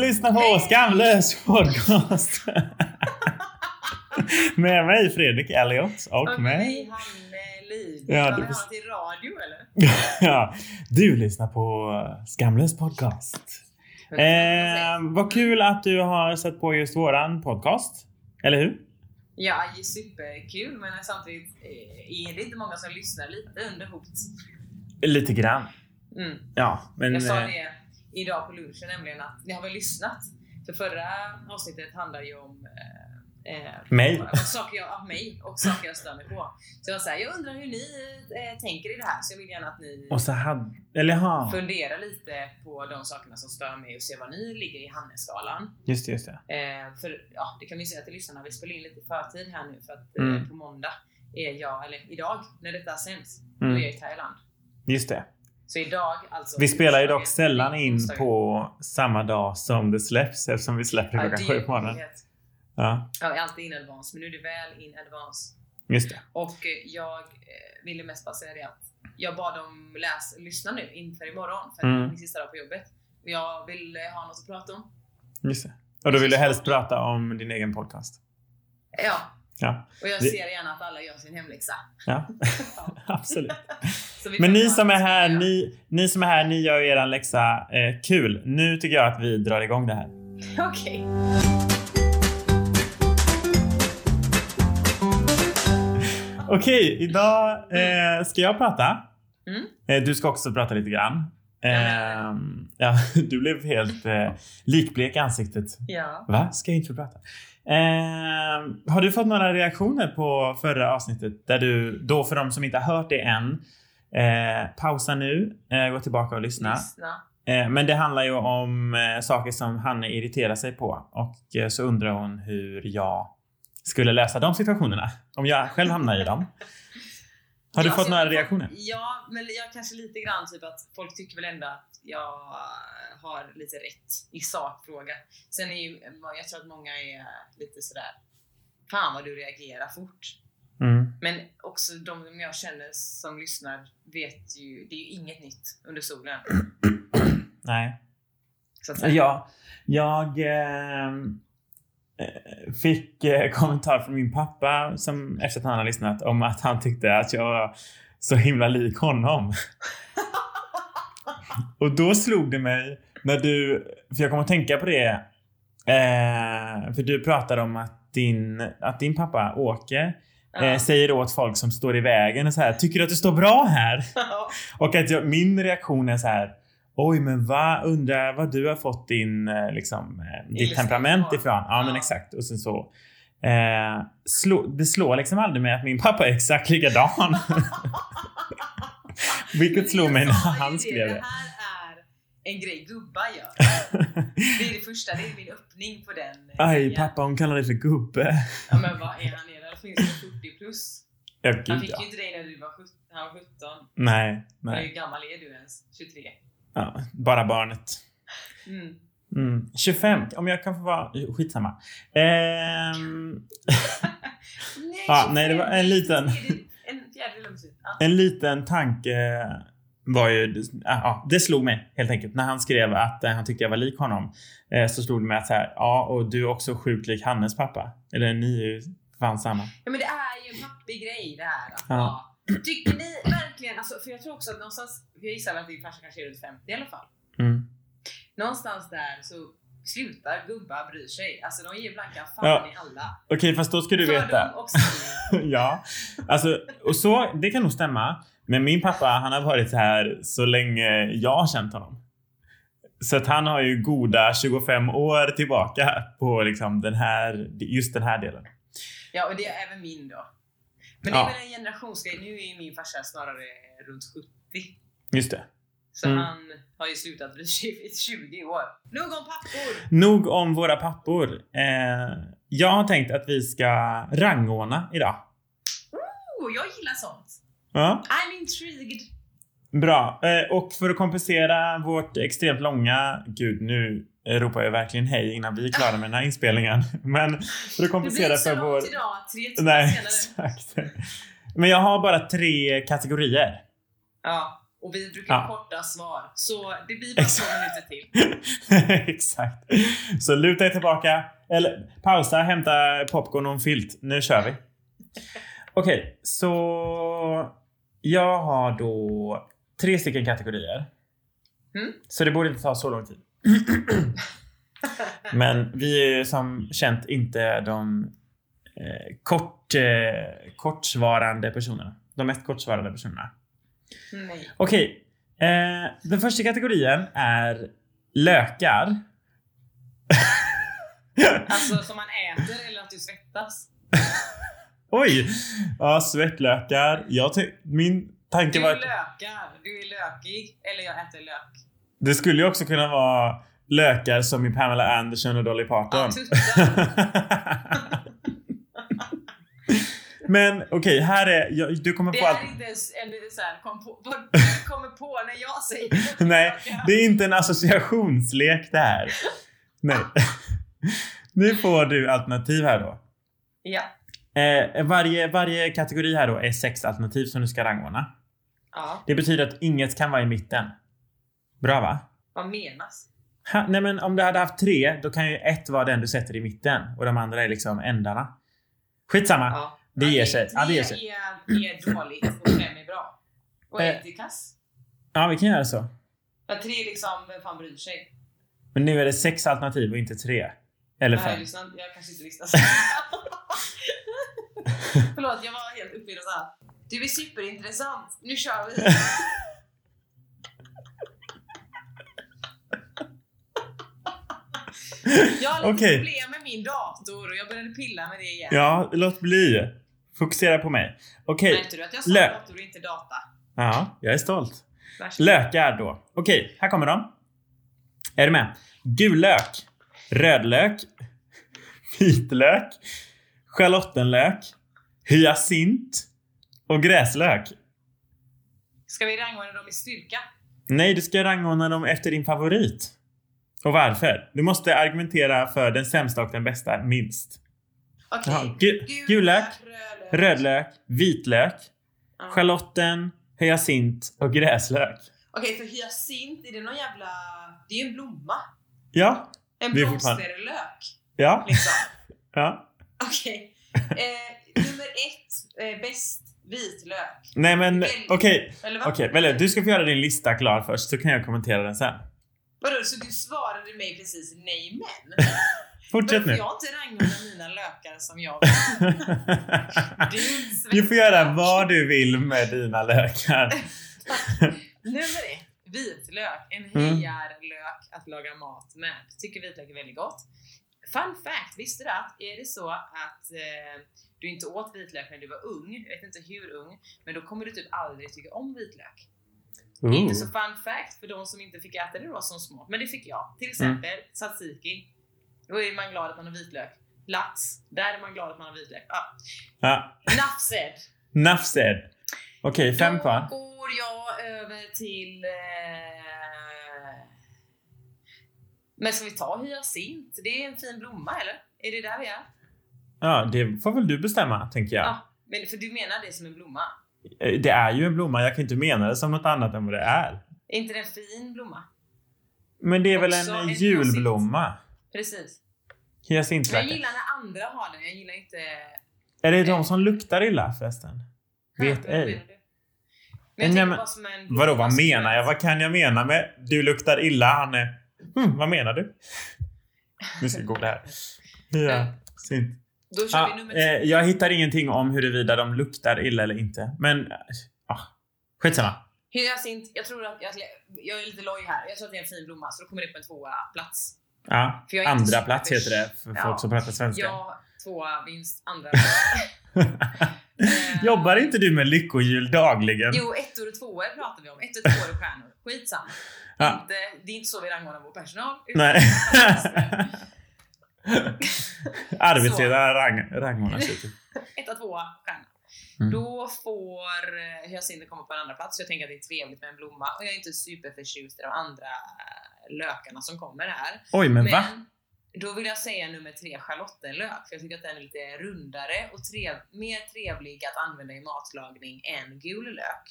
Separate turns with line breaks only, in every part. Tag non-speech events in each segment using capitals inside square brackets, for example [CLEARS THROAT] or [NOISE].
lyssnar på Skamlös podcast. med mig Fredrik Elliot och
Och
med...
mig, Hanne Lid.
Ja,
Ja,
du-
du... eh, Han till radio eller?
ja, du lyssnar på Skamlös podcast. Eh, vad kul att du har sett på just våran podcast. Eller hur?
Ja, det är superkul men samtidigt eh, är det inte många som lyssnar lite under hot.
Lite grann.
Mm.
Ja, men...
Jag sa
eh,
det idag på lunchen nämligen att ni har väl lyssnat? För förra avsnittet handlade ju om eh, eh,
Mig.
och Saker jag, ja, mig och saker jag stör mig på. Så jag var så här, jag undrar hur ni eh, tänker i det här så jag vill gärna att ni
Och så hade... Eller ha.
funderar lite på de sakerna som stör mig och ser var ni ligger i Hanne-skalan.
Just det, just det.
Eh, för ja, det kan vi säga till lyssnarna, vi spelar in lite i förtid här nu för att
Mm.
eh, på måndag är jag, eller idag när detta sänds, då är
Mm,
jag i Thailand.
just det.
Så idag alltså.
Vi spelar ju dock
onsdagen-
sällan in
onsdagen.
på samma dag som det släpps eftersom vi släpper
Ja, det
klockan sju
är
på morgonen.
roligt.
Ja,
Ja, vi är alltid in advance, men nu är det väl in advance.
just det.
Och eh, jag eh, ville mest bara säga det att jag bad dem läs, lyssna nu inför imorgon, för att
Mm.
det är min sista dag på jobbet. Och Jag vill eh, ha något att prata om.
Just det. Och då vill du helst prata om din egen podcast.
Eh, Ja,
Ja,
och jag
Det-
ser gärna att alla gör sin hemläxa.
ja
Ja.
absolut.
Så vi
Men
kan
ni
ta-
som är här, ni, ni som är här, ni gör ju eran läxa eh, kul. Nu tycker jag att vi drar igång det här.
[LAUGHS] Okej.
Okej, idag eh, ska jag prata.
Mm.
Eh, du ska också prata lite grann. Ehm, ja, [LAUGHS] du blev helt eh, likblek i ansiktet.
Ja.
Va? Ska jag inte få prata? Ehm, har du fått några reaktioner på förra avsnittet där du, då för de som inte har hört det än, eh, pausa nu, eh, gå tillbaka och lyssna.
Lyssna.
Eh, men det handlar ju om eh, saker som Hanne irriterar sig på och eh, så undrar hon hur jag skulle lösa de situationerna. Om jag själv hamnar i dem. Har du
Ja,
fått
så-
några reaktioner?
Ja, men jag kanske lite grann typ att folk tycker väl ändå att jag har lite rätt i sakfråga. Sen är ju, jag tror att många är lite sådär, fan vad du reagerar fort.
Mm.
Men också de som jag känner som lyssnar vet ju, det är ju inget nytt under solen.
Nej.
Så att säga.
Ja, [LAUGHS] jag ehm, eh, fick eh, kommentar från min pappa som efter att han har lyssnat om att han tyckte att jag var så himla lik honom. Och då slog det mig när du, för jag kom att tänka på det, eh, för du pratade om att din, att din pappa Åke eh,
[LAUGHS] Ja.
säger åt folk som står i vägen och så här, tycker du att du står bra här? Och att jag, min reaktion är så här. Oj, men va? Undrar var du har fått din, eh, liksom, eh, ditt
Illustration
temperament
ifrån.
ifrån. Ja, men
Ja.
exakt. Och sen så. Eh, slå, det slår liksom aldrig mig att min pappa är exakt likadan.
[LAUGHS]
Vilket slog mig när
Jag sa ju
han skrev
Det
det. [LAUGHS]
här är en grej gubbar gör. Det är det första, det är min öppning på den.
Aj,
grejen.
pappa hon kallar dig för gubbe.
Ja, men vad är han? Är han finns det 40 plus?
Ja,
Han
gud
fick
ja.
ju inte dig när du var 17. Han var 17.
Nej,
Hur
nej.
gammal är du ens? 23?
Ja, bara barnet.
Mm.
Mm. 25, om jag kan få vara... Skitsamma. Ehm,
Nej,
Ja,
25.
Ah, nej, det var en liten-
Är det En fjärdedel av musik. Ja.
En liten tanke var ju, ja, ja, det slog mig helt enkelt. När han skrev att eh, han tyckte jag var lik honom eh, så slog det mig att så här, ja och du är också sjukt lik Hannes pappa. Eller ni är ju fan samma.
ja, men det är ju en pappig grej det här. Att,
Ja.
ja. Tycker ni verkligen, alltså, för jag tror också att någonstans, jag gissar väl att din farsa kanske är runt 50 i alla fall.
Mm.
Någonstans där så slutar gubbar bry sig. Alltså de ger blanka fan
Ja,
i alla.
Okej fast då ska du
Fördom
veta.
och
[LAUGHS]
sanning.
ja, alltså och så, det kan nog stämma. Men min pappa han har varit här så länge jag har känt honom. Så att han har ju goda 25 år tillbaka på liksom den här, just den här delen.
Ja, och det är även min då. Men det är
Ja.
väl en generationsgrej. Nu är ju min farsa snarare runt 70.
Just det.
Så
Mm.
han har ju slutat bry sig i 20 år. Nog om pappor!
Nog om våra pappor. Eh, jag har tänkt att vi ska rangordna idag.
Oh, jag gillar sånt.
Ja,
I'm intrigued.
bra. Eh, och för att kompensera vårt extremt långa... Gud, nu ropar jag verkligen hej innan vi är klara med den här inspelningen. [LAUGHS] Men för att
Det blir
kompensera
inte så
för vår...
långt idag. Tre timmar
Nej, [LAUGHS]
senare.
exakt. Men jag har bara tre kategorier.
Ja. Och vi brukar
Ja.
korta svar. Så det blir bara två
Exakt.
minuter till.
[LAUGHS] Exakt. Så luta er tillbaka, eller pausa, hämta popcorn och en filt. Nu kör vi. Okej, så jag har då tre stycken kategorier.
Mm.
Så det borde inte ta så lång tid. Men vi är ju som känt inte de eh, kort, eh, kortsvarande personerna. De mest kortsvarande personerna.
Nej.
Okej. Eh, den första kategorien är lökar. [LAUGHS]
Alltså som man äter eller att du svettas.
Oj! Ja, svettlökar. Jag ty- min tanke
Du
var
är
att
lökar. Du är lökig. Eller jag äter lök.
det skulle ju också kunna vara lökar som i Pamela Anderson och Dolly
Ja,
Parton.
tuttar.
[LAUGHS] Men okej, här är... Jag, du kommer
Det
få allt.
här är inte ens en så här, kom på, [LAUGHS] vad kommer på när jag säger
[LAUGHS] Nej, det är inte en associationslek det här. Nej. [LAUGHS] Nu får du alternativ här då.
Ja.
Eh, varje, varje kategori här då är sex alternativ som du ska rangordna.
ja.
Det betyder att inget kan vara i mitten. Bra va?
Vad menas?
Ha, nej men om du hade haft tre, då kan ju ett vara den du sätter i mitten och de andra är liksom ändarna. Skitsamma.
Ja.
det ger
Okej,
sig. Ja, det ger sig.
Tre är, är dåligt och fem är bra. Och
Eh.
ett är kass.
Ja, vi kan göra så.
Ja, tre är liksom, vem fan bryr sig?
Men nu är det sex alternativ och inte tre. Eller
Nej,
fem.
lyssna, jag kanske
[LAUGHS]
inte lyssnar så. Förlåt, jag var helt uppe i något annat. Du är superintressant. Nu kör vi. Jag har lite
Okej.
problem med min dator och jag började pilla med det igen.
Ja, låt bli. Fokusera på mig. Okej.
Märkte du att jag sa
Lö-
dator och inte data?
Ja, jag är stolt.
Varsågod.
Lökar då. Okej, här kommer de. Är du med? Gul lök, rödlök, vitlök, schalottenlök, hyacint och gräslök.
Ska vi rangordna dem i styrka?
Nej, du ska rangordna dem efter din favorit. Och varför? Du måste argumentera för den sämsta och den bästa minst.
Okej.
Jaha, gu- gul lök,
röd lök.
Rödlök, vitlök,
Ja.
schalotten, hyacint och gräslök.
Okej, för hyacint, är det någon jävla... Det är ju en blomma.
Ja,
En
Det är fortfarande-
blomsterlök.
ja,
Liksom.
ja.
Okej. Eh, nummer ett, eh, bäst vitlök.
Nej men okej.
Eller vad?
Okej, Belle, du ska få göra din lista klar först så kan jag kommentera den sen.
Vadå, så du svarade mig precis nej men?
Fortsätt
Varför
nu.
jag inte rangordnar mina lökar som jag vill?
[LAUGHS]
Det är ju en svensk
Du får göra
lök.
vad du vill med dina lökar.
[LAUGHS] Nummer ett, vitlök. En
Mm.
hejarlök att laga mat med. Tycker vitlök är väldigt gott. Fun fact, visste du att är det så att eh, du inte åt vitlök när du var ung, jag vet inte hur ung, men då kommer du typ aldrig tycka om vitlök.
Mm.
Inte så fun fact för de som inte fick äta det då som små. Men det fick jag. Till exempel tzatziki. Då är man glad att man har vitlök. Lax. Där är man glad att man har vitlök. Ah.
Ja,
Enough said.
enough said. Okej, fem kvar.
Då går jag över till... Eh... Men ska vi ta hyacint? Det är en fin blomma eller? Är det där vi är?
Ja, det får väl du bestämma, tänker jag.
Ja. Men, för du menar det som en blomma?
Eh, Det är ju en blomma, jag kan inte mena det som något annat än vad det är.
Är inte det en fin blomma?
Men det är väl
Också
en
en
julblomma?
Precis. Men jag
Hyacintlökar.
gillar när andra har den. Jag gillar inte
Är det de som luktar illa förresten? Vet
Nej, vad
ej.
menar du? Men jag
Nej,
tänker
men-
bara som en Alltså,
Vadå, vad
blomma som
menar jag?
är-
Vad kan jag mena med du luktar illa, Hanne? Mm, vad menar du? Vi ska gå där. Ja, synd.
Då kör
Mm. Ah,
vi nummer
eh,
två.
jag hittar ingenting om huruvida de luktar illa eller inte. Men ah, skitsamma.
Hyacint, jag tror att jag, jag är lite loj här. Jag tror att det är en fin blomma, så då kommer det på en tvåa plats.
Ja,
För jag är inte
andra
så-
plats heter det för
Ja.
folk som pratar svenska.
Ja, tvåa vinst, andra plats.
[LAUGHS]
Eh,
Jobbar inte du med lyckohjul dagligen?
Jo, ettor och tvåor pratar vi om. Ettor, tvåor och stjärnor. Skitsamma.
Ja.
Inte, det är inte så vi rangordnar vår personal. utan-
Ah,
[LAUGHS]
Nej. [LAUGHS] Arbetsledare rang, rangordnar sig. typ.
Etta, tvåa, stjärna.
Mm.
Då får eh, hyacinten komma på en andra plats. Så jag tänker att det är trevligt med en blomma. Och jag är inte superförtjust i de andra eh, lökarna som kommer här.
Oj, men va?
då vill jag säga nummer tre, schalottenlök. För jag tycker att den är lite rundare och trev mer trevlig att använda i matlagning än gul lök.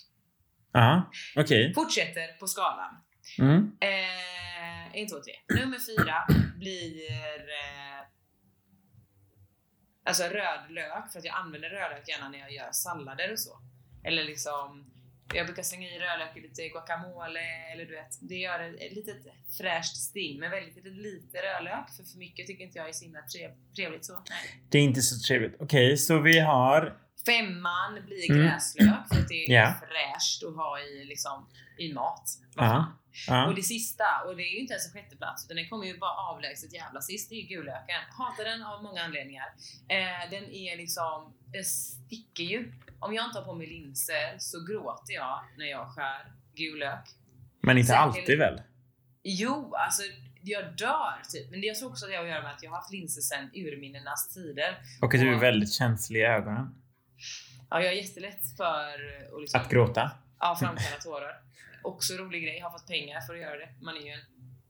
Ja, okej.
Fortsätter på skalan.
Mm.
Eh, en, två, tre. Nummer fyra blir eh, alltså rödlök, för att jag använder rödlök gärna när jag gör sallader och så. Eller liksom, jag brukar slänga i rödlök i lite guacamole eller du vet, det gör ett ett litet fräscht sting, men väldigt lite, lite rödlök, för för mycket tycker inte jag är så himla trev- trevligt så. Nej.
Det är inte så trevligt. Okej, så vi har...
Femman blir
Mm.
gräslök, för att det är
Ja.
fräscht att ha i, liksom, i mat. Vad fan.
Ja. ja.
Och det sista, och det är ju inte ens en sjätteplats, utan den kommer ju bara avlägset jävla sist, det är ju gulöken. Hatar den av många anledningar. Eh, den är liksom, den sticker ju. Om jag inte har på mig linser så gråter jag när jag skär gul lök.
Men inte
Säkert.
alltid väl?
Jo, alltså jag dör typ. Men det jag tror också att det har att göra med att jag har haft linser sedan urminnenas tider.
Och att du är
Och-
väldigt känslig i ögonen.
Ja, jag är jättelätt för eh, att liksom,
Att gråta.
Ja, framkalla tårar. Också rolig grej, jag har fått pengar för att göra det. Man är ju en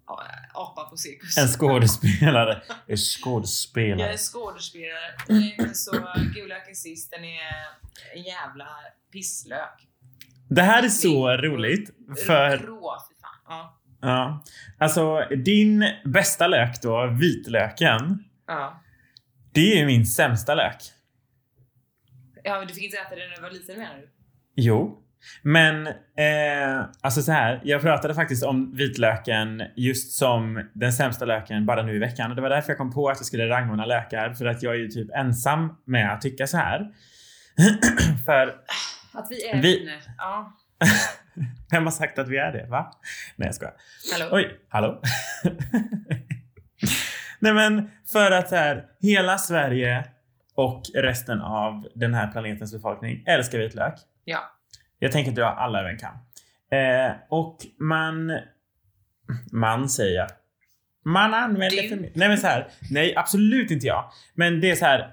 ja, apa på cirkus.
En skådespelare. En
Jag är
skådespelare.
skådespelare. Eh, Så gulöken sist, den är en jävla pisslök.
Det här är så roligt. För...
Rå, för fan. Ja.
Ja. Alltså, din bästa lök då, vitlöken.
Ja.
Det är ju min sämsta lök.
ja, men du fick inte äta den när du var liten menar du?
Jo. Men eh, alltså så här, jag pratade faktiskt om vitlöken just som den sämsta löken bara nu i veckan. Och det var därför jag kom på att jag skulle rangordna lökar. För att jag är ju typ ensam med att tycka så här. [CLEARS THROAT] för [LAUGHS]
Att vi är
Vi-
vänner. Ja.
vem har sagt att vi är det? Va? Nej jag skojar.
Hallå?
Oj, hallå? [LAUGHS] Nej men för att så här, hela Sverige och resten av den här planetens befolkning älskar vitlök.
Ja.
Jag tänker dra alla över en kam. Eh, och man... Man säger jag. Man använder
Du.
för mycket. Nej men så här. Nej absolut inte jag. Men det är så här.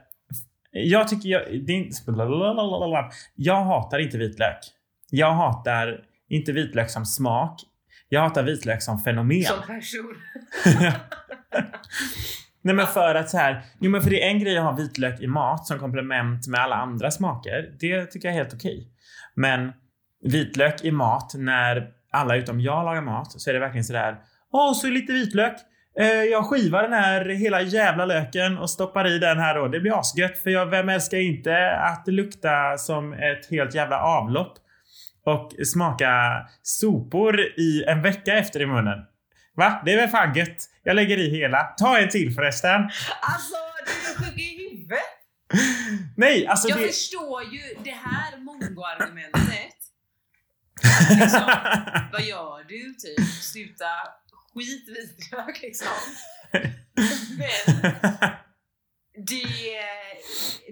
Jag tycker jag... Det är inte, blablabla. jag hatar inte vitlök. Jag hatar inte vitlök som smak. Jag hatar vitlök som fenomen.
Som person.
Nej men för att så här, jo men för det är en grej att ha vitlök i mat som komplement med alla andra smaker. Det tycker jag är helt okej. Men vitlök i mat när alla utom jag lagar mat så är det verkligen sådär, åh så lite vitlök. Eh, jag skivar den här hela jävla löken och stoppar i den här då. Det blir asgött för jag, vem älskar inte att lukta som ett helt jävla avlopp och smaka sopor i en vecka efter i munnen. Va? Det är väl fan gött? Jag lägger i hela. Ta en till förresten.
Alltså, du är sjuk i huvudet.
Nej, alltså
Jag
det...
förstår ju det här mongo-argumentet. Att liksom, vad gör du? Typ, sluta skit vitlök liksom.
[LAUGHS]
Men Det,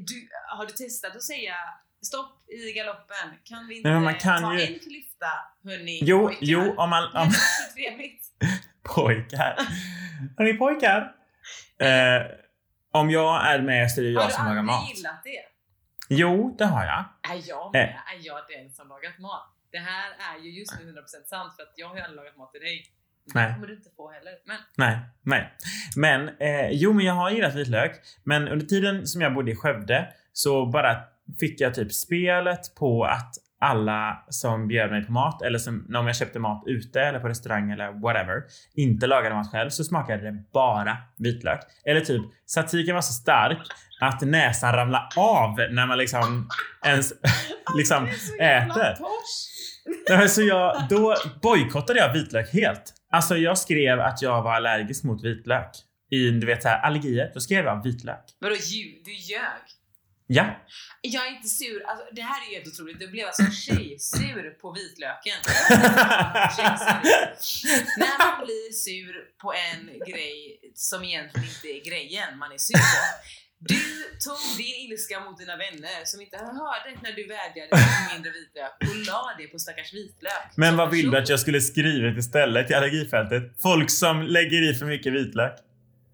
du, har du testat att säga stopp i galoppen? Kan vi inte
Nej, men man kan
ta
ju-
en klyfta hörni?
[LAUGHS] jo,
pojkar?
jo, om man...
Det
Om, [LAUGHS]
är så trevligt.
pojkar. Hörni pojkar. Eh, om jag är med så är det
Har
jag
du
som lagar
aldrig
mat.
gillat det?
Jo, det har jag.
Är jag med?
Nej.
Är jag den som lagat mat? Det här är ju just nu 100% sant för att jag har ju aldrig lagat mat till dig.
Nej.
Det kommer du inte få heller. Men
Nej, nej. Men eh, jo, men jag har gillat vitlök. Men under tiden som jag bodde i Skövde så bara fick jag typ spelet på att alla som bjöd mig på mat eller som, när- om jag köpte mat ute eller på restaurang eller whatever inte lagade mat själv så smakade det bara vitlök. Eller typ satiken var så stark att näsan ramlade av när man liksom ens [LAUGHS] liksom
det är så jävla
äter.
torsk!
Nej, så jag, då bojkottade jag vitlök helt. Alltså jag skrev att jag var allergisk mot vitlök. I du vet så här, allergier. Då skrev jag vitlök.
Vadå ljug? Du ljög?
Ja.
Jag är inte sur. Alltså, det här är helt otroligt. Du blev alltså tjejsur
[LAUGHS]
på vitlöken. Tjejsur. När man blir sur på en grej som egentligen inte är grejen man är sur på. Du tog din ilska mot dina vänner som inte hörde när du vädjade om mindre vitlök och la det på stackars vitlök.
Men vad vill du att jag skulle skrivit istället i allergifältet? Folk som lägger i för mycket vitlök.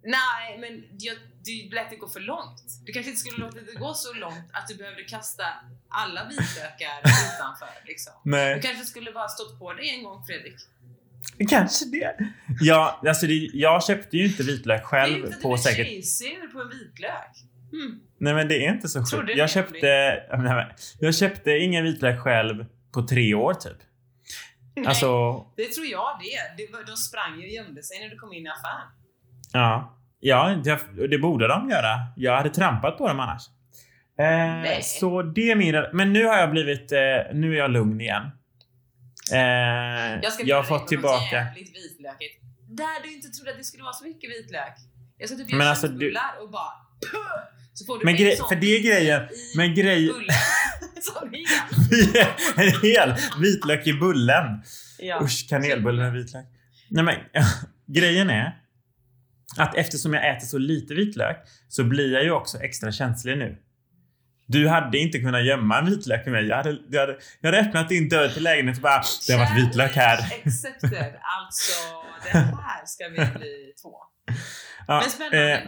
Nej, men jag, du lät det gå för långt. Du kanske inte skulle låta det gå så långt att du behövde kasta alla vitlökar utanför. Liksom.
[LAUGHS]
Du
Nej.
kanske skulle bara stått på dig en gång Fredrik.
Kanske det. Ja, alltså det, jag köpte ju inte vitlök
det är
själv
inte att
på
du blir
säkert...
tjejsur på en vitlök. Mm.
Nej men det är inte så
Trodde
sjukt.
det
Jag
var
köpte... Nej, men, jag köpte ingen vitlök själv på tre år typ. Alltså,
Det tror jag det. det var, de sprang ju och gömde sig när du kom in i affären.
ja. Ja, det, det borde de göra. Jag hade trampat på dem annars. Eh,
Nej.
så det är min... Men nu har jag blivit... Eh, nu är jag lugn igen. Eh, jag,
bjuda
har
dig
fått
på
tillbaka...
Något jävligt vitlökigt. Där du inte trodde att det skulle vara så mycket vitlök. Jag ska typ
Men
göra
alltså,
köttbullar och bara... Puh! Så får du
Men
en
grej-
sån
för det är grejen.
i
Men grejen...
bullen. Som är jävligt-
[LAUGHS] en hel vitlök i bullen.
Ja.
Usch, kanelbullen med vitlök. Nej men, [LAUGHS] grejen är att eftersom jag äter så lite vitlök så blir jag ju också extra känslig nu. Du hade inte kunnat gömma en vitlök med mig. Jag hade, jag hade, jag hade öppnat din dörr till lägenheten och bara Det har varit vitlök här.
Challenge Accepted. Alltså, det här ska vi bli två.
Ja,
Men spännande.
eh,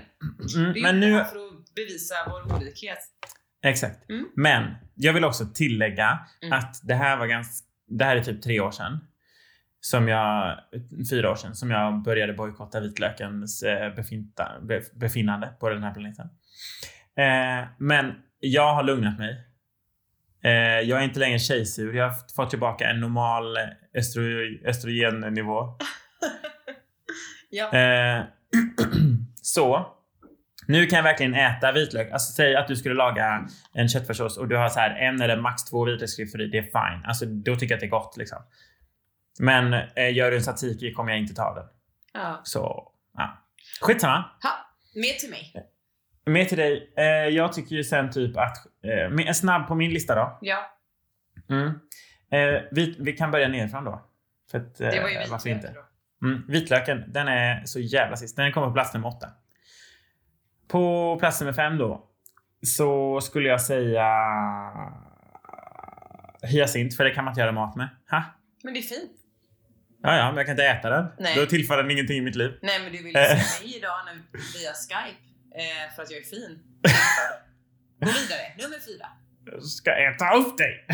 mm,
Vi
men
gjorde det
nu,
här för att bevisa vår olikhet. [LAUGHS]
exakt.
Mm.
Men jag vill också tillägga
Mm.
att det här var ganska, det här är typ tre år sedan. Som jag, fyra år sedan som jag började bojkotta vitlökens eh, befinta, be, befinnande på den här planeten. Eh, men jag har lugnat mig. Eh, jag är inte längre tjejsur. Jag har f- fått tillbaka en normal östro, östrogennivå.
Ja.
Eh, [CLEARS THROAT] så. Nu kan jag verkligen äta vitlök. Alltså säg att du skulle laga en köttfärssås och du har så här en eller max två vitlöksskrift i. Det är fine. Alltså då tycker jag att det är gott liksom. Men eh, gör du en tzatziki kommer jag inte ta den.
ja.
Så ja. Skitsamma.
Ha, mer till mig.
Mer till dig. Eh, jag tycker ju sen typ att, eh, men- snabb på min lista då.
Ja,
Mm. Eh, vi, vi kan börja nerifrån då. För att, eh,
det var ju vitlök
varför inte?
då.
Mm, vitlöken, den är så jävla sist. Den kommer på plats nummer åtta. På plats nummer fem då så skulle jag säga hyacint, för det kan man inte göra mat med. Ha?
Men det är fint.
Ja, ja, men jag kan inte äta den.
Nej.
Då tillför den ingenting i mitt liv.
Nej men du ville
Eh.
säga nej idag när, via Skype eh, för att jag är
[LAUGHS]
fin. Gå vidare, nummer fyra.
Jag ska äta upp
[LAUGHS]
dig!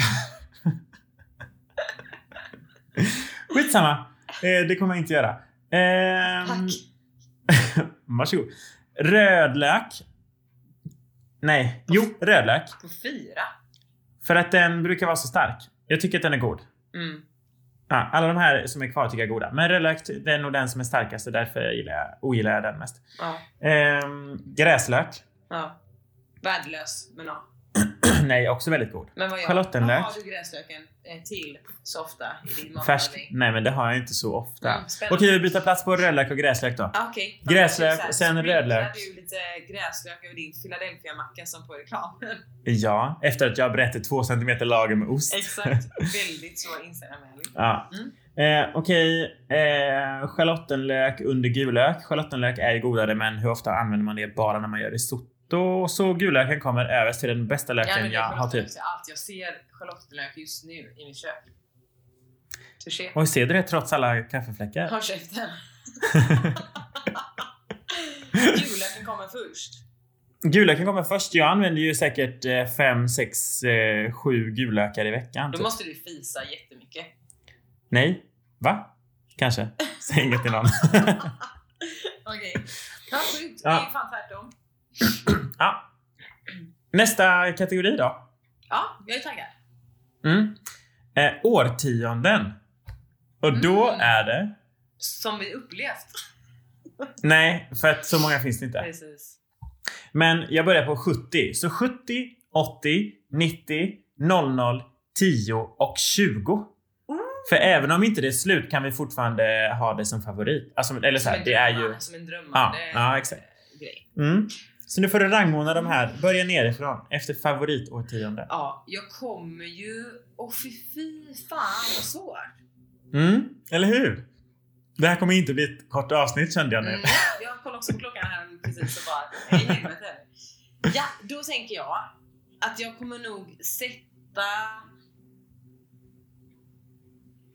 Skitsamma. Eh, det kommer jag inte göra. Ehm,
Tack.
Varsågod. Rödlök. Nej, jo, rödlök.
På fyra?
För att den brukar vara så stark. Jag tycker att den är god.
Mm.
Ja, alla de här som är kvar tycker jag är goda. Men rödlök det är nog den som är starkast och därför gillar jag, ogillar jag den mest.
Ja.
Ehm, gräslök. [CLEARS THROAT]
ja. Värdelös, men ja.
Nej, också väldigt god.
Men vad gör
Schalottenlök.
Vad har du gräslöken eh, till så ofta i din
Färsk.
matlagning?
Nej, men det har jag inte så ofta.
Mm, spännande.
Okej, vi byter plats på rödlök och gräslök då.
Ah, Okej.
Gräslök,
Så här,
sen
sprinklar
rödlök.
du lite gräslök över din Philadelphia-macka som på [LAUGHS] reklamen?
Ja, efter att jag brett ett två centimeter lager med ost.
Exakt. Väldigt så Instagram-vänlig.
Ja.
Mm.
Eh, Okej, eh, schalottenlök under gullök. Schalottenlök är ju godare men hur ofta använder man det? Bara när man gör risotto. Så gullöken kommer överst till den bästa
Ja,
löken
men det
jag
är
har typ.
schalottenlök till allt. Jag ser schalottenlök just nu i mitt kök. Touché.
Oj, ser du det trots alla kaffefläckar? [LAUGHS]
Håll käften. Jullöken kommer först.
Gullöken kommer först. Jag använder ju säkert eh, 5, 6, 7 gullökar eh, i veckan.
Då
Typ.
måste du fisa jättemycket.
Nej? Va?
[LAUGHS]
Kanske. Säg inget till någon.
Okej. Ja, sjukt. Det
Ja.
är fan tvärtom.
ja. Nästa kategori då.
Ja, jag är taggad.
Mm. Eh, årtionden. Och då
Mm.
är det
Som vi upplevt.
Nej, för att så många finns det inte.
Precis.
Men jag börjar på 70. Så 70, 80, 90, 00, 10 och 20. För även om inte det är slut kan vi fortfarande ha det som favorit. Alltså, eller så
Som
här,
en
det är
drömmande-
ju...
Som en
Ja,
drömmande
ja exakt.
eh, grej.
Mm. Så nu får du rangordna de här. Börja nerifrån efter favoritårtionde.
Ja, jag kommer ju... Åh fy, fy fan vad svårt.
Mm. Eller hur? Det här kommer inte bli ett kort avsnitt kände jag nu.
Mm, jag kollade också på klockan här precis och bara, "Nej, helvete. Ja, då tänker jag att jag kommer nog sätta...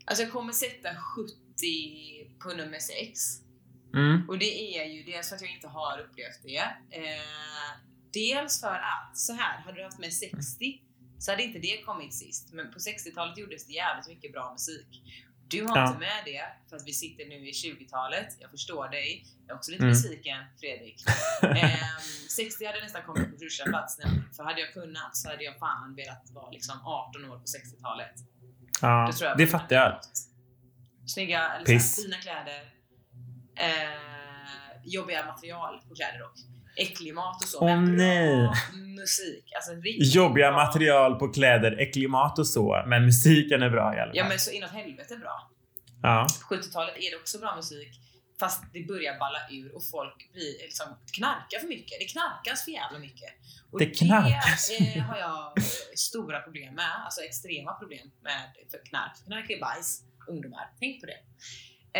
Alltså jag kommer sätta 70 på nummer 6.
Mm.
Och det är ju dels för att jag inte har upplevt det. Eh, dels för att, så här, hade du haft med 60 så hade inte det kommit sist. Men på 60-talet gjordes det jävligt mycket bra musik. Du har
Ja.
inte med det för att vi sitter nu i 20-talet. Jag förstår dig. Jag är också lite
Mm.
besviken, Fredrik. Ehm, 60 hade nästan kommit på första plats nämligen. För hade jag kunnat så hade jag fan velat vara liksom 18 år på 60-talet.
[LAUGHS] Ja,
Då tror jag
det
att-
fattar jag.
Snygga, eller så här,
Piss.
fina kläder. Eh, jobbiga material på kläder dock. Äcklig mat och så.
Åh,
men bra
nej.
musik. Alltså riktigt
Jobbiga
bra.
material på kläder, äcklig mat och så. Men musiken är bra i alla fall.
Ja men så inåt helvete bra.
Ja.
70-talet är det också bra musik. Fast det börjar balla ur och folk blir, liksom, knarkar för mycket. Det knarkas för jävla mycket. Och
Det knarkas.
Det eh, har jag eh, stora problem med. Alltså extrema problem med för knark. Knark är bajs. Ungdomar, tänk på det.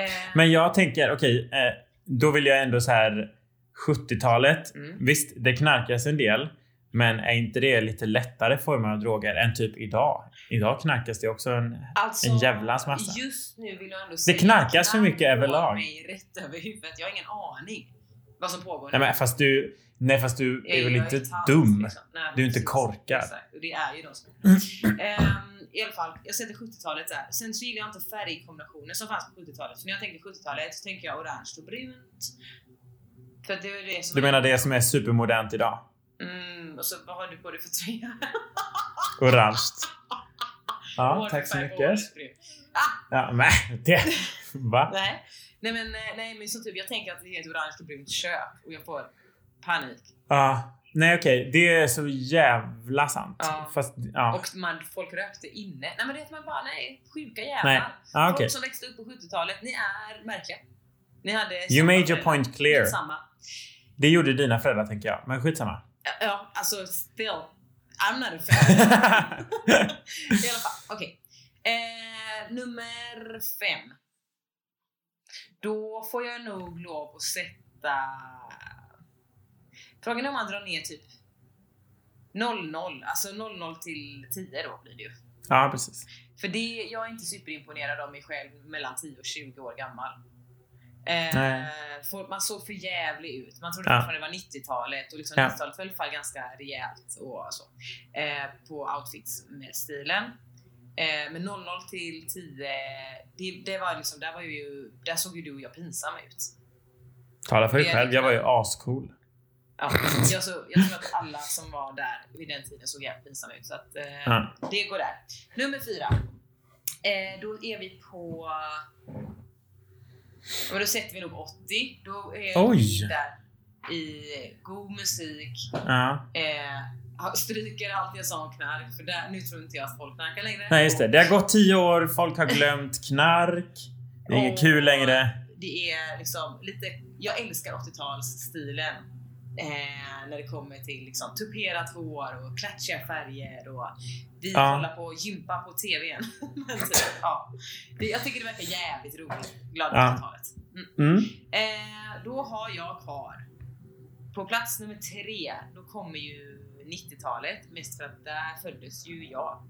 Eh,
Men jag tänker, okej, eh, då vill jag ändå så här 70-talet.
mm.
Visst, det knarkas en del. Men är inte det lite lättare former av droger än typ idag? Idag knarkas det också en...
Alltså,
En jävlans massa.
Just nu vill jag ändå säga att
knarkas för
knark
mycket
går
överlag.
mig rätt över huvudet. Jag har ingen aning vad som pågår.
Nej men fast du... Nej fast du
Jag
är väl
ju
inte
ett halvt,
dum?
liksom. Nej,
Du är inte
precis.
korkad.
Exakt. Och Det är ju de som
[CLEARS THROAT]
Ehm, I alla fall, jag sätter 70-talet där. Sen så gillar jag inte färgkombinationer som fanns på 70-talet. För när jag tänker 70-talet så tänker jag orange och brunt. För att det är det som
Du menar det som är supermodernt idag?
Mm, och så vad har du på dig för tröja?
Orange.
[LAUGHS]
Ja,
Hårfärg
tack så
på
mycket.
håret, brun.
Ja, men det... Va?
Nej, nej men, eh, nej, men som typ, jag tänker att det är ett orange och brunt kök och jag får panik.
Ja. Nej okej, det är så jävla sant.
Ja.
Fast ja.
Och man, folk rökte inne. Nej men det är att man bara, nej, sjuka jävlar.
Nej. Ja, okej.
Folk som växte upp på 70-talet, ni är märkliga. Ni hade...
You
samma
made your
föräldrar.
point clear.
Samma.
Det gjorde dina föräldrar tänker jag. Men
[LAUGHS]
skitsamma.
Ja, Ja, alltså still.
[LAUGHS]
I'm not a fan. I alla fall, okej. Eh, nummer fem. Då får jag nog lov att sätta... Frågan är om man drar ner typ 00, alltså 00 till 10 då blir det ju.
ja, precis.
För det, jag är inte superimponerad av mig själv mellan 10 och 20 år gammal. Eh,
Nej.
folk, man såg för jävlig ut. Man trodde
Ja.
fortfarande det var 90-talet och liksom
Ja.
90-talet föll fall ganska rejält och så. Eh, på outfits med stilen. Eh, men 00 till 10, det, det var liksom, där, var ju, där såg ju du och jag pinsam ut.
Tala för dig
Det-
själv. Jag var ju ascool.
Ja, jag, så, jag tror att alla som var där vid den tiden såg jävligt pinsamma ut. Så att, eh,
Ja.
Det går där. Nummer fyra. Eh, då är vi på... Och då sätter vi nog 80. Då är
Oj.
vi där i god musik.
Ja.
Eh, ha- stryker allt jag sa om knark, för där, nu tror inte jag att folk knarkar längre.
Nej just det. Det har gått tio år. Folk har glömt knark. Det är inget
Och-
kul längre.
Det är liksom lite, jag älskar 80-talsstilen. Eh, när det kommer till liksom, tuperat hår och klatschiga färger och vi
Ja.
kollar på gympa på TVn. [LAUGHS] Men typ, ja. Det- jag tycker det verkar jävligt roligt. Glada
Ja.
80-talet. Mm.
Mm.
Eh, då har jag kvar på plats nummer tre, då kommer ju 90-talet. Mest för att där föddes ju jag.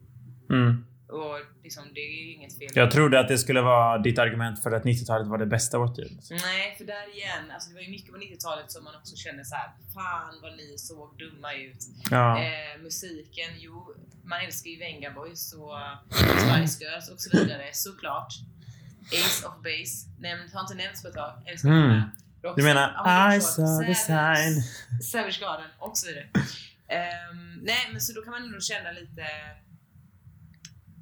Mm.
Och liksom, det är ju inget fel.
Jag trodde att det skulle vara ditt argument för att 90-talet var det bästa typ. årtiondet.
Nej, för där igen, alltså det var ju mycket på 90-talet som man också kände så här: fan vad ni såg dumma ut.
Ja.
Eh, musiken, jo, man älskar ju Venga Boys och Spice Girls och så vidare, såklart. Ace of Base, nämnd, har inte nämnts på ett tag. Älskar
Mm.
de här. Roxette,
Du menar
Amelie
I
Shore,
saw the
Savage,
sign.
Savage Garden och så vidare. Ehm, nej, men så då kan man ändå känna lite...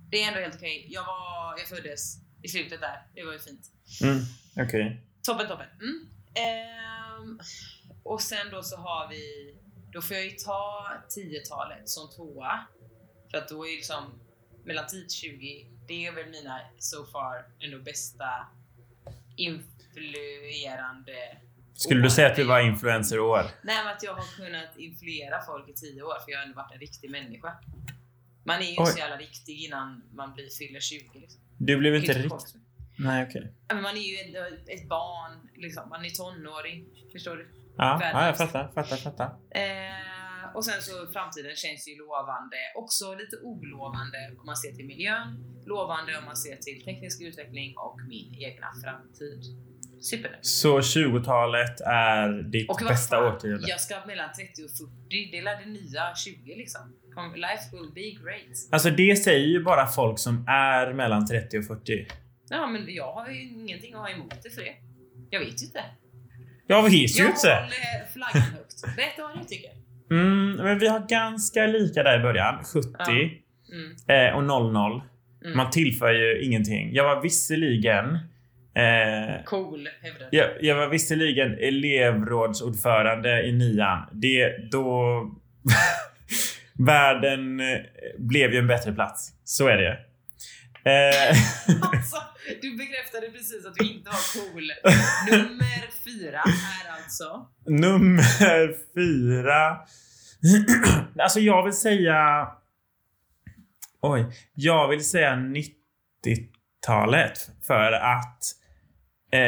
Det är ändå helt okej. Jag, var, jag föddes i slutet där, det var ju fint.
Mm. Okej.
Toppen, toppen. Mm. Ehm, och sen då så har vi... Då får jag ju ta 10-talet som tvåa. För att då är ju liksom mellan 10 till 20, det är väl mina so far ändå bästa influerande...
Skulle
år.
du säga att du var influencer i år?
Nej, men att jag har kunnat influera folk i 10 år för jag har ändå varit en riktig människa. Man är ju inte
Oj.
så jävla riktig innan man blir, fyller 20. Liksom.
Du blev inte
Inte
riktigt...
folk som-
Nej okej.
Ja, men Man är ju ändå ett barn, liksom. man är tonåring. Förstår du?
Ja,
Världens-
ja, jag fattar, fattar, fattar.
Eh, och sen så framtiden känns ju lovande, också lite olovande om man ser till miljön, lovande om man ser till teknisk utveckling och min egna framtid. Supernöjd.
Så 20-talet är ditt
Och vad
bästa
fan,
årtionde?
Jag ska mellan 30 och 40, det är det nya 20 liksom. Kom- Life will be great.
Alltså det säger ju bara folk som är mellan 30 och 40.
Ja, men jag har ju ingenting att ha emot det för det. Jag vet ju inte.
Jag vet ju
Jag
inte!
håller flaggan högt. Berätta vad du tycker.
Mm, men vi har ganska lika där i början. 70
Mm,
eh, och 00.
Mm.
Man tillför ju ingenting. Jag var visserligen eh,
Cool, hävdade
jag, jag var visserligen elevrådsordförande i nian. Det då... [LAUGHS] Världen eh, blev ju en bättre plats. Så är det ju. Eh, [LAUGHS]
Alltså, du bekräftade precis att du inte var cool. Nummer fyra är alltså...
nummer fyra. [CLEARS THROAT] alltså jag vill säga... Oj. Jag vill säga 90-talet. För att... Eh,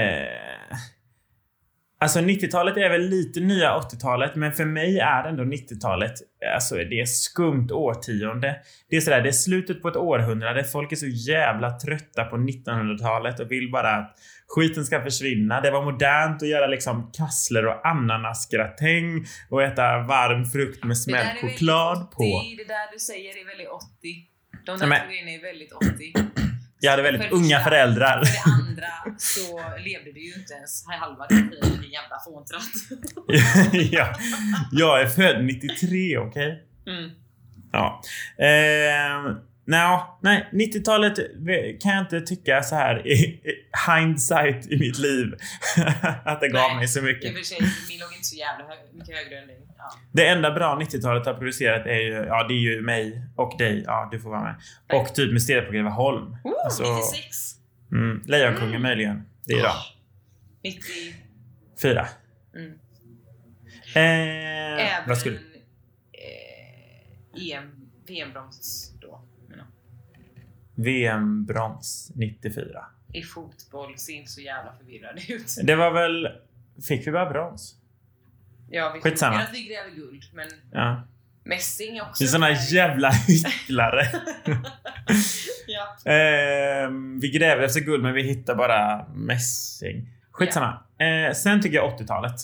alltså 90-talet är väl lite nya 80-talet men för mig är ändå 90-talet alltså det är skumt årtionde. Det är sådär, det är slutet på ett århundrade. Folk är så jävla trötta på 1900-talet och vill bara att skiten ska försvinna. Det var modernt att göra liksom kassler och ananasgratäng och äta varm frukt med
Det där
smält
är väldigt
choklad på.
80, Det där du säger är väldigt 80. De
Nej,
där
men-
grejerna är väldigt 80.
Jag hade väldigt
För det
unga
första.
föräldrar.
För det andra så levde du ju inte ens halva din tid, din jävla fåntratt.
[LAUGHS] ja. Jag är född 93, okej?
Mm.
Ja. Eh, nja, nej, 90-talet kan jag inte tycka så här i, i hindsight i mitt liv. [LAUGHS] att det gav
Nej,
mig så
I och
mycket.
för sig, min låg inte så jävla hö- mycket högre än din. Ja.
Det enda bra 90-talet har producerat är ju, ja det är ju mig och dig. Ja, du får vara med.
Nej.
Och typ Mysteriet på Greveholm.
Oh,
Alltså,
96!
Mm, Lejonkungen
Mm.
möjligen. Det är idag. Eh,
90...
Fyra.
Mm.
Eh,
Även
vad skulle...
eh, EM, VM-broms då. menar jag.
VM-brons 94.
I fotboll ser inte så jävla förvirrad ut.
Det var väl... Fick vi bara brons?
Ja, vi
Skitsamma.
förlorar att vi gräver guld, men
Ja.
Messing är också...
Vi är såna
[LAUGHS]
jävla hycklare.
ja.
Ehm, vi gräver efter guld men vi hittar bara mässing. Skitsamma. Eh, sen tycker jag 80-talet.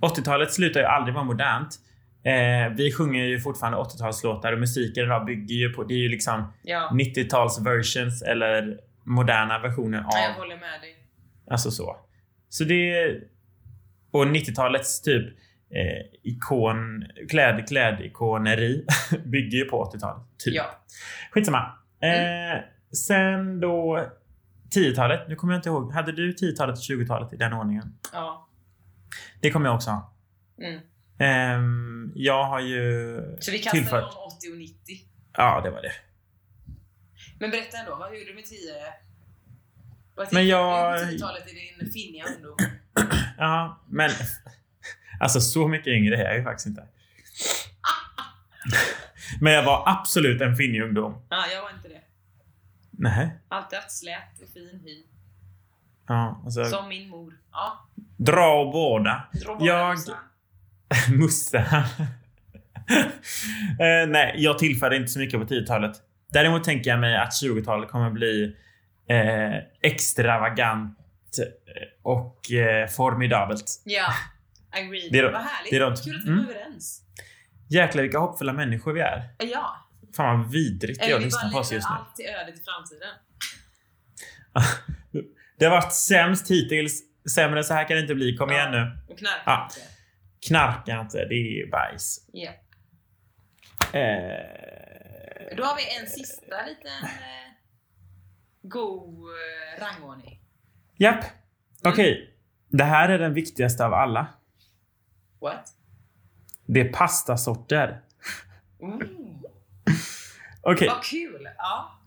80-talet slutar ju aldrig vara modernt. Eh, vi sjunger ju fortfarande 80-talslåtar och musiken idag bygger ju på, det är ju liksom
ja.
90-tals versions eller moderna versioner
ja, jag
av,
håller med dig.
alltså så. Så det och 90-talets typ eh, ikon, kläd, klädikoneri [LAUGHS] bygger ju på 80-talet. Typ.
Ja. Mm.
Skitsamma. Eh, sen då 10-talet. Nu kommer jag inte ihåg. Hade du 10-talet och 20-talet i den ordningen?
ja.
Det kommer jag också ha.
Mm.
Ehm, jag har ju
Så vi kastar
tillfört...
om 80 och 90.
Ja, det [CLEARS THROAT] var det.
Men berätta ändå, vad gjorde du med 10?
Men
Vad tänkte
jag-
du med 10-talet i din finniga ungdom?
Ja, men... [LAUGHS] Alltså så mycket yngre är jag ju faktiskt inte. [LAUGHS] men jag var absolut en finnig ungdom.
Ja, jag var inte det.
Nej.
Alltid haft slät och fin hy.
Ja, alltså,
Som min mor. Ja.
Dra och båda. [LAUGHS]
dra bara
Jag-
bussen.
Musse. eh, nej, jag tillförde inte så mycket på 10-talet. Däremot tänker jag mig att 20-talet kommer bli eh, extravagant och eh, formidabelt.
Ja. Agreed.
Det är de-
Vad härligt.
det är de-
Kul att vi
Mm.
var överens.
Jäklar vilka hoppfulla människor vi är.
Ja.
Fan vad vidrigt det är
Eller
att
vi
lyssna på
bara
oss just
lämnar
nu.
allt till ödet i framtiden.
Det har varit sämst hittills. Sämre än så här kan det inte bli. Kom
Ja.
igen nu.
Och knarkar
Ja.
inte.
Knarka inte. Det är bajs.
Ja.
Eh,
Då har vi en sista liten eh, god eh, rangordning.
Japp. Okej. Det här är den viktigaste av alla.
What?
Det är pastasorter.
Mm.
Okej,
Vad kul! Ja.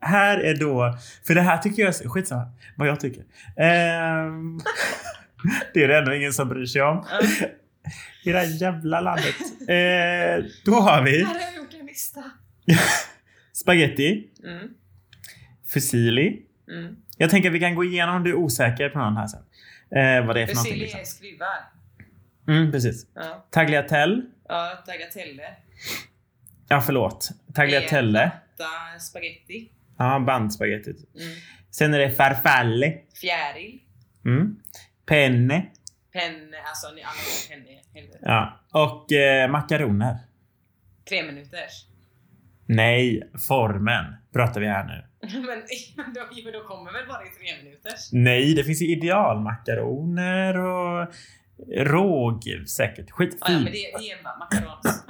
här är då... För det här tycker jag... är- Skitsamma vad jag tycker. Ehm, [LAUGHS] det är det ändå ingen som bryr sig om.
[LAUGHS] Mm.
I det här jävla landet. Ehm, då har vi
Här har jag gjort en lista.
spaghetti,
Mm.
fusilli.
Mm.
Jag tänker att vi kan gå igenom om du är osäker på någon här sen. Ehm, vad det är för någonting.
Cecilia
Liksom.
är skruvar.
Mm, precis.
Ja.
Tagliatelle.
Ja, tagliatelle.
Ja, förlåt. Tagliatelle.
Ta spaghetti.
Ja, bandspaghetti.
Mm.
Sen är det farfalle.
Fjäril.
Mm. Penne.
Penne, alltså ni alla vet penne. helvete.
Ja. Och eh, makaroner.
Tre minuters. [LAUGHS]
Nej, formen pratar vi här nu.
Men [LAUGHS] då, jo, då kommer väl bara i tre minuters?
Nej, det finns ju idealmakaroner och råg säkert. Skit
Ja, ja, men det, det är bara
[LAUGHS]
macarons.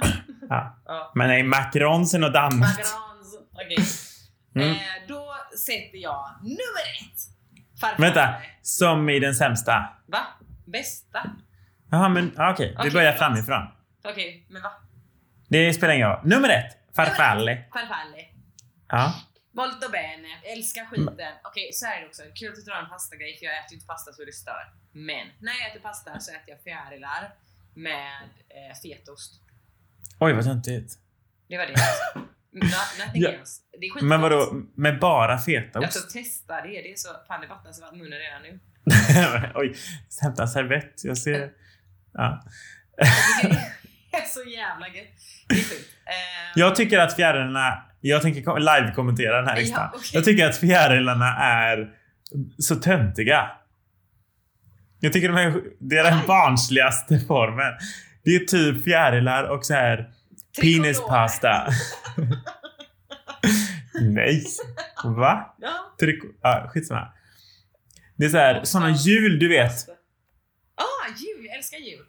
Ja.
Ja.
Men nej, macarons är något annat.
Macarons. Okej.
Mm.
Eh, då sätter jag nummer ett. Farfar.
Vänta, som i den sämsta?
Va? Bästa?
Jaha, men ah, okej.
Okej,
Vi börjar
förlåt.
framifrån.
Okej, men va?
Det spelar ingen roll. Nummer ett, Farfalle.
Farfalle.
Ja.
Molto bene. Älskar skiten. Okej, så här är det också. Kul att du drar en pastagrej för jag äter ju inte pasta så det stör. Men när jag äter pasta så äter jag fjärilar med eh, fetaost.
Oj, vad
[LAUGHS]
töntigt.
Det var det. Nå- Nothing
Ja.
else. Det är skitgott.
Men vadå, med bara
Jag
fetaost?
ska testa det. Det är så... Fan, det vattnas i munnen redan nu.
[LAUGHS] Oj, hämta en servett. Jag ser. Ja. [LAUGHS]
[LAUGHS] Det är så jävla gött. Det är sjukt. Eh,
Jag tycker att fjärilarna... Jag tänker kom- live-kommentera den här
Ja,
listan.
okej.
Jag tycker att fjärilarna är så töntiga. Jag tycker de är, det är den barnsligaste formen. Det är typ fjärilar och så här
trikologer. [LAUGHS]
penispasta. [LAUGHS] Nej! Va?
Ja.
Tryck... Ja, skitsamma. Det är så här, såna jul du vet.
Ah, jul. Jag älskar jul.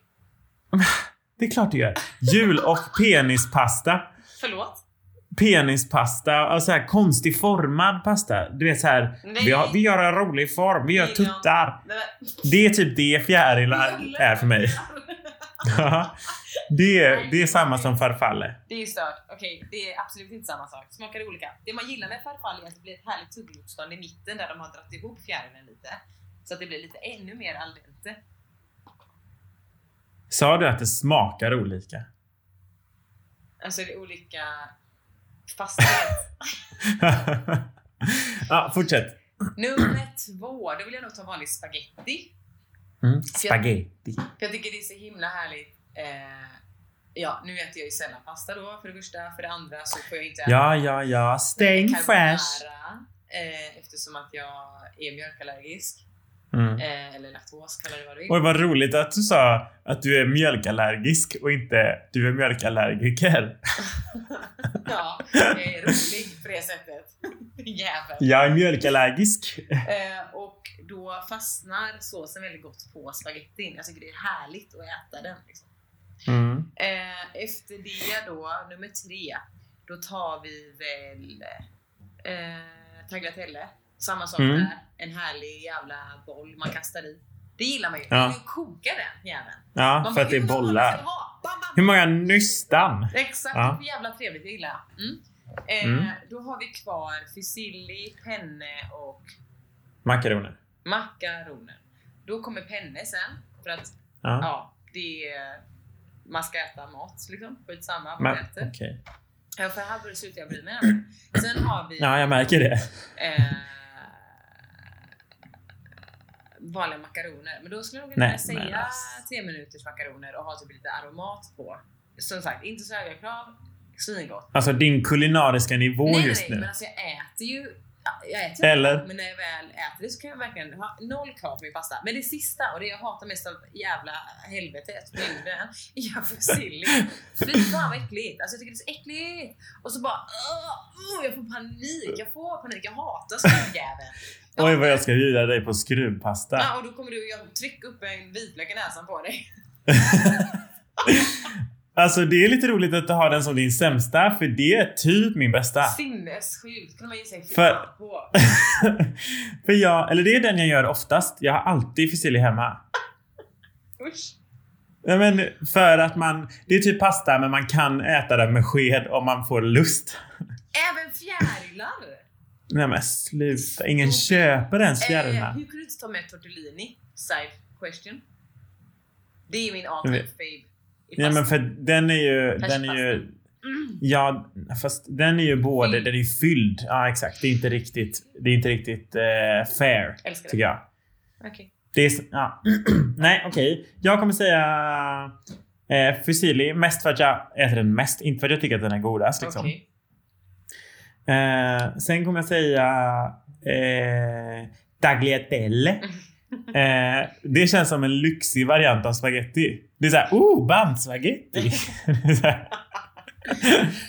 Det är klart du gör. Jul och penispasta.
Förlåt?
penispasta, alltså så här konstig formad pasta. Du vet så här,
Nej.
vi, har, vi gör en rolig form, vi gör
Nej,
tuttar.
Nej,
Det är typ det fjärilar
men-
är för mig. Ja. det, är, det är samma som farfalle.
[LAUGHS] Det är ju stört. Okej, det är absolut inte samma sak. Smakar det olika. Det man gillar med farfall är att det blir ett härligt tuggmotstånd i mitten där de har dragit ihop fjärilen lite. Så att det blir lite ännu mer al dente.
Sa du att det smakar olika? [LAUGHS]
Alltså det är olika fasthet.
[LAUGHS] ja, fortsätt.
Nummer två, då vill jag nog ta vanlig spaghetti.
Mm. Spaghetti.
För jag tycker det är så himla härligt. Eh, ja, nu äter jag ju sällan pasta då för det första. För det andra så får jag inte äta
Ja, ja, ja. Staying fresh.
carbonara, Eh, eftersom att jag är mjölkallergisk.
Mm.
Eh, eller laktos, kallar det vad du vill.
Oj, vad roligt att du sa att du är mjölkallergisk och inte du är mjölkallergiker.
[LAUGHS] Ja, jag är rolig på det sättet. [LAUGHS] Jävel.
Jag är mjölkallergisk.
Eh, och då fastnar såsen väldigt gott på spagettin. Jag tycker det är härligt att äta den. Liksom.
Mm.
Eh, efter det då, nummer tre. Då tar vi väl eh, tagliatelle. Samma sak
Mm.
där. En härlig jävla boll man kastar i. Det gillar man ju.
Ja.
Man vill ju koka den jäveln.
Ja,
Man
för
bara,
att det är
hur många man ska
bollar.
ha? Bam, bam,
Hur många nystan?
Exakt,
Ja.
det är jävla trevligt. Det gillar jag. Mm. Eh,
Mm.
Då har vi kvar fusilli, penne och
Makaroner.
makaroner. Då kommer penne sen. För att
Ja.
ja, det är, man ska äta mat liksom. Skitsamma vad
Men,
man äter.
okej.
Ja, för här börjar det sluta jag bryr mig. nämligen. Sen har vi
ja, jag märker det.
eh, vanliga makaroner. Men då skulle jag nog
Nej,
kunna
men
säga
alltså.
tre minuters makaroner och ha typ lite aromat på. Som sagt, inte så höga krav. Svingott.
Alltså din kulinariska nivå
nej,
just
nej,
nu.
men alltså jag äter ju... ja, Jag äter
Eller?
det, men när jag väl äter det så kan jag verkligen ha noll krav på min pasta. Men det sista och det jag hatar mest av jävla helvetet på jorden är fusilli. Fy fan vad äckligt. Alltså jag tycker det är så äckligt. Och så bara... Uh, jag får panik. Jag får panik. Jag hatar skruvjäveln.
Oj, vad jag ska bjuda dig på skruvpasta.
alltså- Ja, och då kommer du jag trycka upp en vitlök i näsan på dig.
Alltså det är lite roligt att du har den som din sämsta, för det är typ min bästa.
Sinnessjukt. kunde man ge sig
För-
fan på.
[LAUGHS] för jag, eller det är den jag gör oftast. Jag har alltid fusilli hemma.
Usch.
Nej, men för att man, det är typ pasta men man kan äta den med sked om man får lust.
Även fjärilar.
Nej men sluta, ingen köper ens
Eh,
fjärilar.
hur kunde du inte ta med tortellini? Side question. Det är min
Jag
all-time
vet.
fave. i
Nej men
pasta.
för den är ju... Den är ju
Mm.
ja, fast den är ju både...
Fylld.
Den är ju fylld. Ja, exakt. Det är inte riktigt, det är inte riktigt eh, fair,
Älskar
tycker jag.
det. Okej.
Det är, s- ja. [CLEARS THROAT] Nej, okej. Jag kommer säga eh, fusilli. Mest för att jag äter den mest. Inte för att jag tycker att den är godast. Liksom.
Okej.
Eh, sen kommer jag säga eh, tagliatelle. Eh, det känns som en lyxig variant av spaghetti. Det är såhär, oh, bandspagetti! Det är så här.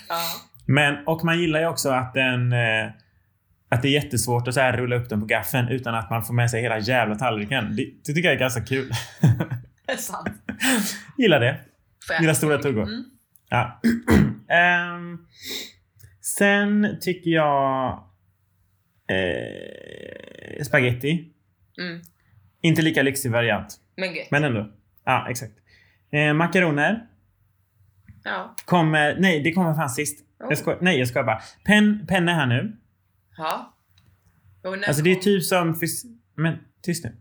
Ja.
Men, och man gillar ju också att den... Eh, att det är jättesvårt att så här rulla upp den på gaffeln utan att man får med sig hela jävla tallriken. Det, det tycker jag är ganska kul. [LAUGHS]
det är sant.
gillar det.
Får jag-
Gillar stora tuggor.
Mm.
[CLEARS THROAT] Ja. Ehm, sen tycker jag eh, spaghetti.
Mm.
Inte lika lyxig variant,
Men gött.
men ändå. Ja, exakt. Eh, makaroner.
Ja.
Kommer, nej, det kommer fan sist.
Oh.
Jag skojar, nej, jag skojar bara. Pen, penne här nu.
Ja. Och när
Alltså det är
kom-
typ som... fys- Men tyst nu.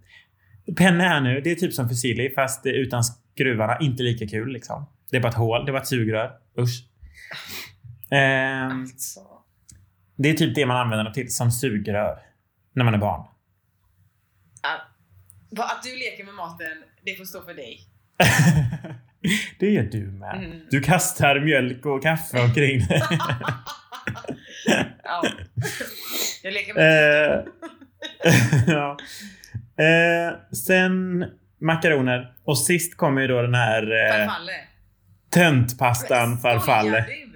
Penne här nu. Det är typ som Fusilli fast eh, utan skruvarna. Inte lika kul liksom. Det är bara ett hål. Det var ett sugrör. Usch. Ehm,
Alltså.
det är typ det man använder dem till som sugrör. När man är barn. [LAUGHS]
Ja. Vad- Att du leker med maten, det får stå för dig.
det gör du med.
Mm.
Du kastar mjölk och kaffe omkring [LAUGHS] dig. [LAUGHS]
Ja. Jag leker med
Eh, [LAUGHS] ja. eh, sen makaroner. Och sist kommer ju då den här eh,
farfalle.
töntpastan
Skojar
farfalle.
du?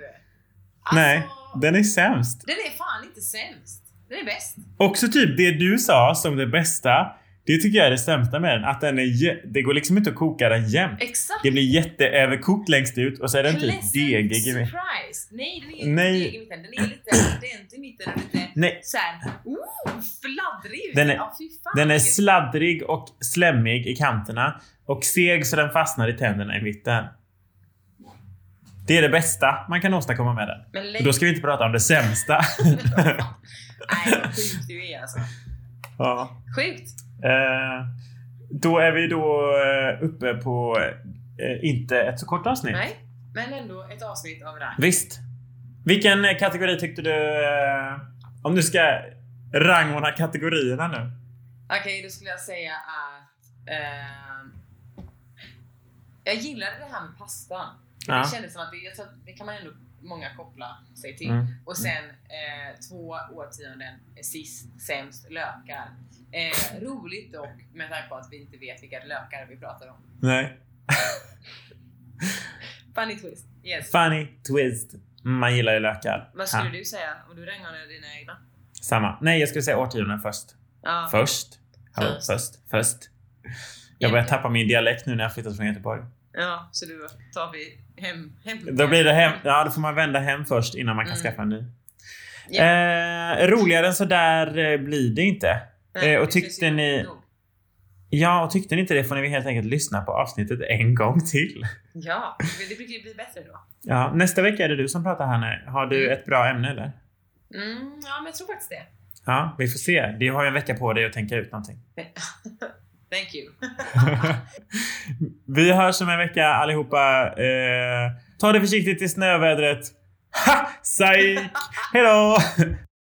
Nej,
Alltså,
den är sämst.
Den är fan inte sämst. Den är bäst.
Också typ det du sa som det bästa. Det tycker jag är det sämsta med den. Att den är, jä- det går liksom inte att koka den jämnt.
Exakt.
Det blir jätteöverkokt längst ut och så är den typ
Pleasant
degig. i-
surprise. Nej, den är inte
Nej.
degig i mitten. Den är lite ardent i mitten och lite
Nej,
såhär oh, fladdrig ut.
Den är-
ja, fy fan,
den är
vilket-
sladdrig och slemmig i kanterna. Och seg så den fastnar i tänderna i mitten. Det är det bästa man kan åstadkomma med den.
Men
Och
lägg...
Då ska vi inte prata om det
[LAUGHS]
sämsta.
Nej, vad sjukt du är alltså.
ja.
Sjukt.
Eh, då är vi då eh, uppe på eh, inte ett så kort avsnitt.
Nej, men ändå ett avsnitt av rang.
Visst. Vilken eh, kategori tyckte du... eh, Om du ska rangordna kategorierna nu.
Okej, då skulle jag säga att... ehm, jag gillade det här med pastan.
Ja.
Det kändes som att det, jag tror att det kan man ändå många koppla sig till.
Mm.
Och sen eh, två årtionden sist, sämst, lökar. Eh, roligt dock med tanke på att vi inte vet vilka lökar vi pratar om.
Nej.
Funny twist. Yes.
Funny twist. Man gillar ju lökar.
Vad skulle
Ja,
du säga om du rangordnade dina egna?
Samma. Nej, jag skulle säga årtionden först.
Ja.
Först. Ja,
Först.
först. Först. Jag börjar tappa min dialekt nu när jag flyttat från Göteborg.
ja, så då tar vi hem... hem
Då blir det hem. Ja, då får man vända hem först innan man kan
Mm.
skaffa en ny.
Ja.
Eh, roligare än så där eh, blir det inte.
Nej,
eh, och
det känns
tyckte
ju
ni-
nog.
Ja, och tyckte ni inte det får ni helt enkelt lyssna på avsnittet en gång till.
Ja, det det brukar ju bli bättre då.
Ja, nästa vecka är det du som pratar Hanne. Har du
Mm.
ett bra ämne eller?
Mm, ja, men jag tror faktiskt det.
Ja, vi får se. Du har ju en vecka på dig att tänka ut någonting.
Thank you.
[LAUGHS] vi hörs om en vecka allihopa. Eh, ta det försiktigt i snövädret. Ha! Psyk! Hejdå!